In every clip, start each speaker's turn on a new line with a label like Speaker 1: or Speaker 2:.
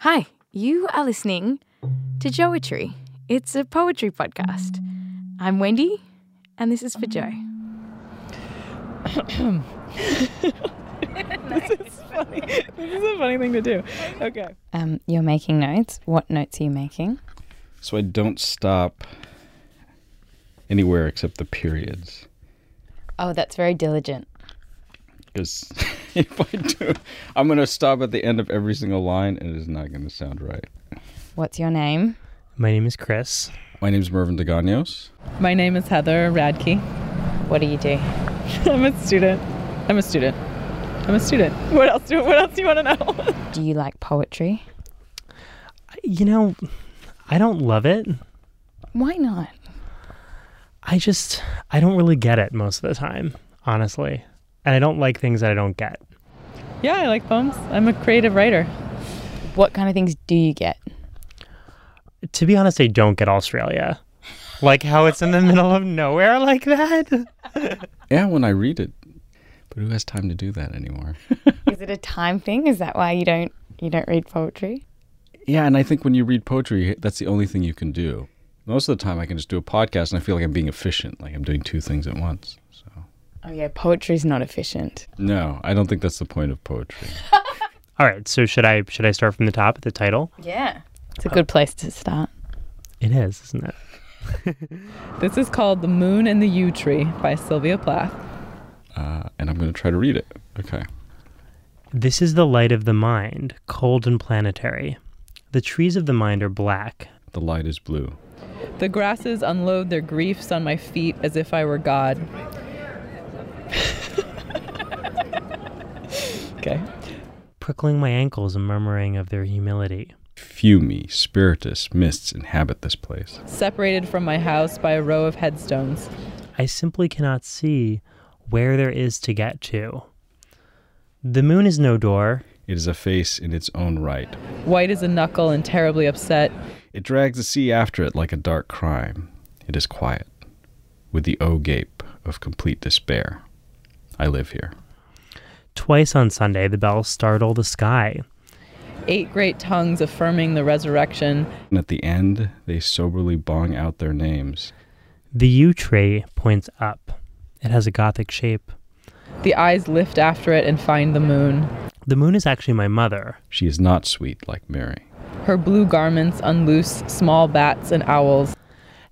Speaker 1: Hi, you are listening to Joetry. It's a poetry podcast. I'm Wendy, and this is for Joe.
Speaker 2: This is a funny thing to do. Okay.
Speaker 1: Um, you're making notes. What notes are you making?
Speaker 3: So I don't stop anywhere except the periods.
Speaker 1: Oh, that's very diligent.
Speaker 3: Because if I do, I'm going to stop at the end of every single line and it is not going to sound right.
Speaker 1: What's your name?
Speaker 4: My name is Chris.
Speaker 3: My name's Mervin Deganos.
Speaker 2: My name is Heather Radke.
Speaker 1: What do you do?
Speaker 2: I'm a student. I'm a student. I'm a student. What else do What else do you want to know?
Speaker 1: Do you like poetry?
Speaker 4: You know, I don't love it.
Speaker 1: Why not?
Speaker 4: I just, I don't really get it most of the time, honestly. And I don't like things that I don't get.
Speaker 2: yeah, I like poems. I'm a creative writer.
Speaker 1: What kind of things do you get?
Speaker 4: To be honest, I don't get Australia. Like how it's in the middle of nowhere like that.
Speaker 3: Yeah, when I read it. But who has time to do that anymore?
Speaker 1: Is it a time thing? Is that why you don't you don't read poetry?
Speaker 3: yeah, and I think when you read poetry, that's the only thing you can do. Most of the time, I can just do a podcast and I feel like I'm being efficient, like I'm doing two things at once. So.
Speaker 1: Oh yeah, poetry's not efficient.
Speaker 3: No, I don't think that's the point of poetry.
Speaker 4: All right, so should I should I start from the top at the title?
Speaker 1: Yeah. It's a good place to start.
Speaker 4: It is, isn't it?
Speaker 2: This is called "The Moon and the Yew Tree" by Sylvia Plath.
Speaker 3: Uh, and I'm going to try to read it. Okay.
Speaker 4: This is the light of the mind, cold and planetary. The trees of the mind are black.
Speaker 3: The light is blue.
Speaker 2: The grasses unload their griefs on my feet as if I were God. okay.
Speaker 4: Prickling my ankles and murmuring of their humility.
Speaker 3: Fumy, spiritus, mists inhabit this place.
Speaker 2: Separated from my house by a row of headstones.
Speaker 4: I simply cannot see where there is to get to. The moon is no door.
Speaker 3: It is a face in its own right.
Speaker 2: White as a knuckle and terribly upset,
Speaker 3: It drags the sea after it like a dark crime. It is quiet, with the O gape of complete despair. I live here.
Speaker 4: Twice on Sunday, the bells startle the sky.
Speaker 2: eight great tongues affirming the resurrection,
Speaker 3: And at the end, they soberly bong out their names.
Speaker 4: The yew tree points up. It has a gothic shape.
Speaker 2: the eyes lift after it and find the moon.
Speaker 4: The moon is actually my mother.
Speaker 3: She is not sweet like Mary.
Speaker 2: Her blue garments unloose small bats and owls.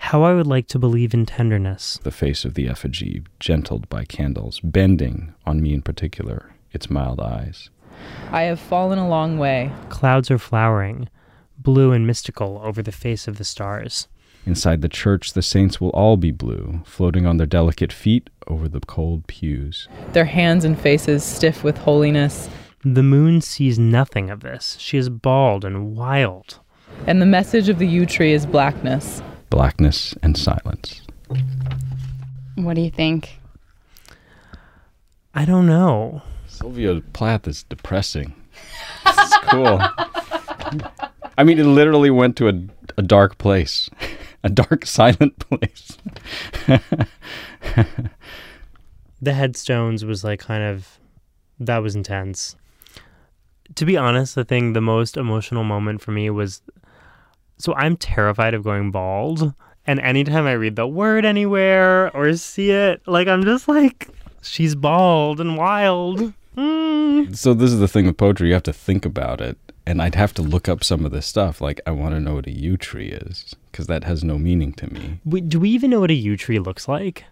Speaker 4: How I would like to believe in tenderness.
Speaker 3: The face of the effigy, gentled by candles, bending on me in particular, its mild eyes.
Speaker 2: I have fallen a long way.
Speaker 4: Clouds are flowering, blue and mystical over the face of the stars.
Speaker 3: Inside the church, the saints will all be blue, floating on their delicate feet over the cold pews.
Speaker 2: Their hands and faces stiff with holiness.
Speaker 4: The moon sees nothing of this. She is bald and wild.
Speaker 2: And the message of the yew tree is blackness.
Speaker 3: Blackness and silence.
Speaker 1: What do you think?
Speaker 4: I don't know.
Speaker 3: Sylvia Plath is depressing. It's cool. I mean, it literally went to a, a dark place, a dark, silent place.
Speaker 4: the headstones was like kind of that was intense to be honest the thing the most emotional moment for me was so i'm terrified of going bald and anytime i read the word anywhere or see it like i'm just like she's bald and wild Mm.
Speaker 3: So, this is the thing with poetry you have to think about it. And I'd have to look up some of this stuff. Like, I want to know what a yew tree is, because that has no meaning to me.
Speaker 4: Wait, do we even know what a yew tree looks like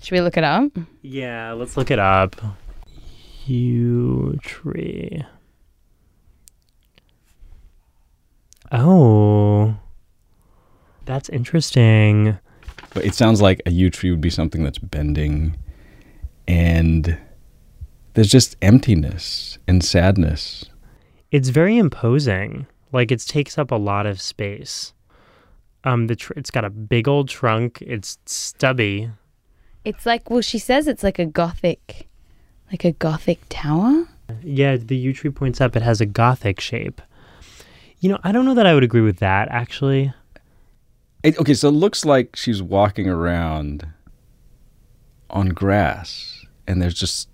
Speaker 1: Should we look it up?
Speaker 4: yeah let's look it up yew tree oh that's interesting
Speaker 3: But it sounds like a yew tree would be something that's bending. And there's just emptiness and sadness.
Speaker 4: it's very imposing. Like it takes up a lot of space. Um, the tr- it's got a big old trunk. It's stubby.
Speaker 1: It's like well, she says it's like a gothic, like a gothic tower.
Speaker 4: Yeah, the yew tree points up. It has a gothic shape. You know, I don't know that I would agree with that actually.
Speaker 3: It, okay, so it looks like she's walking around on grass, and there's just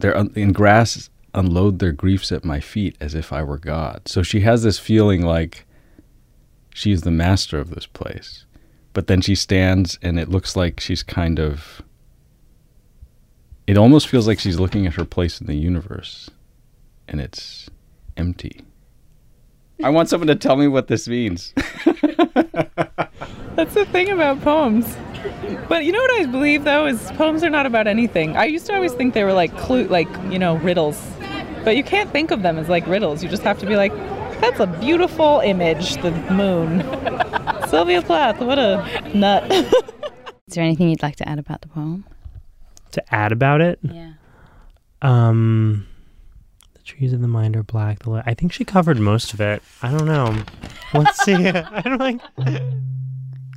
Speaker 3: there in grass unload their griefs at my feet as if I were God. So she has this feeling like she's the master of this place. But then she stands and it looks like she's kind of. It almost feels like she's looking at her place in the universe and it's empty. I want someone to tell me what this means.
Speaker 2: That's the thing about poems. But you know what I believe though is poems are not about anything. I used to always think they were like clue, like you know riddles, but you can't think of them as like riddles. You just have to be like, that's a beautiful image, the moon. Sylvia Plath, what a nut.
Speaker 5: Is there anything you'd like to add about the poem?
Speaker 4: to add about it.
Speaker 5: Yeah.
Speaker 4: Um, the trees of the mind are black. The li- I think she covered most of it. I don't know. Let's see. I don't like.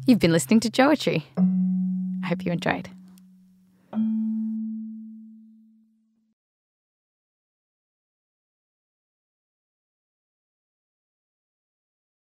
Speaker 1: You've been listening to Joetry. I hope you enjoyed.